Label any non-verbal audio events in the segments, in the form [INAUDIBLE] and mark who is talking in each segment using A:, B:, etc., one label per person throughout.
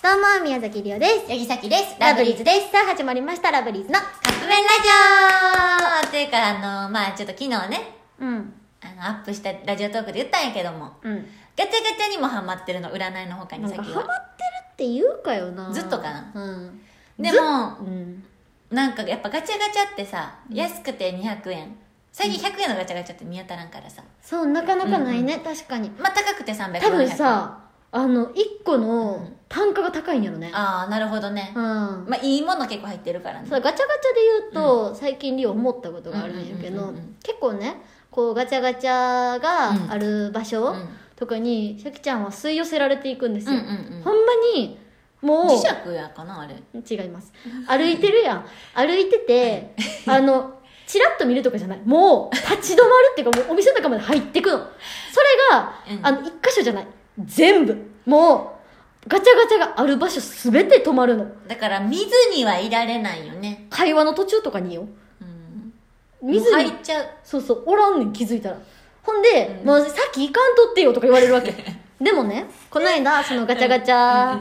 A: どうも、宮崎りおです。
B: 八木崎です。
A: ラブリーズです。さあ、始まりました、ラブリーズの。
B: カップ麺ラジオというか、あの、まあちょっと昨日ね、
A: うん。
B: あの、アップしたラジオトークで言ったんやけども、
A: うん。
B: ガチャガチャにもハマってるの、占いの他に
A: なん
B: 先
A: か、ハマ
B: は。
A: ってるって言うかよな。
B: ずっとかな
A: うん。
B: で
A: ずっ
B: も、
A: うん。
B: なんかやっぱガチャガチャってさ、安くて200円。最近100円のガチャガチャって見当たらんからさ。
A: そう、なかなかないね、確かに。
B: まあ高くて300円。
A: 多分さ、あの、一個
B: う
A: の
B: ん
A: 単価が高いんやろね
B: 400。。ああ、なるほどね
A: う。ん。
B: まあいいもの結構入ってるからね
A: そ。うガチャガチャで言うと、最近リオ思ったことがあるんやけど、
B: うんうんうんうん
A: 結構ねこうガチャガチャがある場所
B: うん
A: とかに、シャキちゃんは吸い寄せられていくんです
B: うんう
A: よ、
B: んうん。
A: ほんまにもう
B: 磁石やかな、あれ。
A: 違います歩いてるやん歩いててあのチラッと見るとかじゃないもう立ち止まるっていうかもうお店の中まで入ってくのそれが、
B: うん
A: あの一箇所じゃない全部もうガチャガチャがある場所全て止まるの
B: だから見ずにはいられないよね。
A: 会話の途中とかによ
B: うん。
A: 見ず
B: もう
A: に
B: 入っちゃう。
A: そうそう、おらんねん、気づいたら。ほんで、
B: うん
A: もうさっき行かんとってよとか言われる
B: [LAUGHS]
A: わけ。でもね、この間、そのガチャガチャ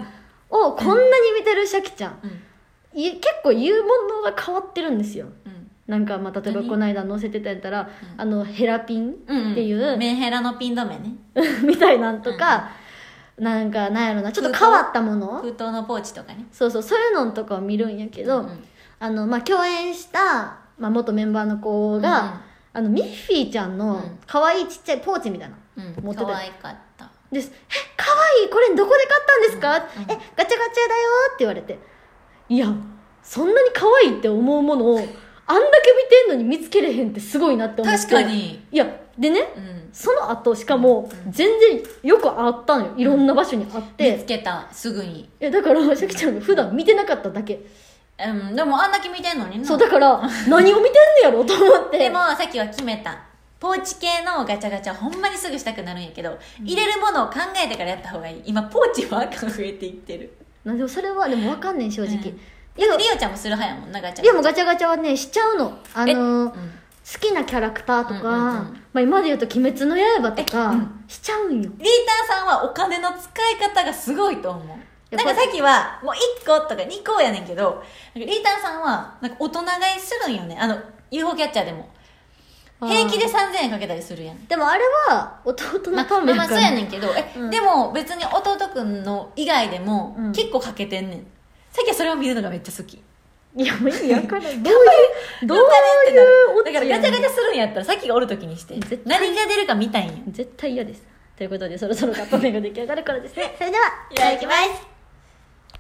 A: をこんなに見てるシャキちゃん、
B: うん。
A: い結構言うものが変わってるんですよ。
B: うん。
A: なんか、まあ、例えば
B: 何
A: この間載せてたやったら、あの、ヘラピン
B: うん
A: っていう、
B: メンヘラのピン止めね
A: みたいなんとか、なんか、なんやろな、ちょっと変わったもの
B: 封筒のポーチとかね
A: そうそう、そういうのんとかを見るんやけど、
B: うん
A: あの、まあ、共演した、まあ、元メンバーの子が、あの、ミッフィーちゃん
B: う
A: の
B: ん
A: 可愛いちっちゃいポーチみたいな。
B: うん、うん
A: 持ってた
B: 可愛かった
A: です。え、かわいいこれどこで買ったんですか、
B: うんうん
A: え、ガチャガチャだよって言われて。いや、そんなに可愛いって思うものを、あんだけ見てんのに見つけれへんってすごいなって思って。
B: 確か。に
A: いや、でね、
B: うん
A: その後、しかも
B: う、ん
A: 全然よくあったのよ。いろんな場所にあっ
B: 見つ
A: て。
B: けたすぐに、
A: え、だから、シャキちゃんが普段見てなかっただけ。
B: うん、でもあんだけ見てんのにな
A: そう、だから、何を見てんのやろと思って。
B: でもさっきは決めたポーチ系のガチャガチャほんまにすぐしたくなるんやけど、入れるものを考えてからやった方がいい今ポーチは [LAUGHS] 赤増えていってる
A: なんでもそれは、でもわかんねん、正直。
B: うん
A: い
B: リ
A: や、
B: オちゃんもする派やもんなガチャ
A: でもガチャガチャはね、しちゃうの。あの
B: え
A: ー
B: うん
A: 好きなキャラクターとか、
B: うんうんうん
A: まあ、今で言うと「鬼滅の刃」とか、
B: えうん
A: しちゃうんよ
B: リーターさんはお金の使い方がすごいと思う。
A: や
B: な
A: っぱ
B: んかさっきは、もう1個とか2個やねんけど、なんかリーターさんは、なんか大人買いするんよね。あの、UFO キャッチャーでも。平気で
A: あ
B: 3000円かけたりするやん。
A: ーでもあれは弟
B: ま
A: の
B: あ、
A: ため
B: まあそうやねんけど、え、
A: うん
B: でも別に弟くんの以外でも
A: うん、
B: 結構かけてんねん。さっきはそれを見るのがめっちゃ好き。
A: いやもう意味わからない [LAUGHS] どういうどういうオ
B: だ
A: チ
B: か
A: や
B: ら
A: ねん
B: ガチャガチャするんやったら、さっきがおるときにして
A: 絶。
B: 何が出るか見たいんよ。
A: 絶対嫌ですということでそろそろカップ麺が出来上がるからですねそれではい
B: ただきます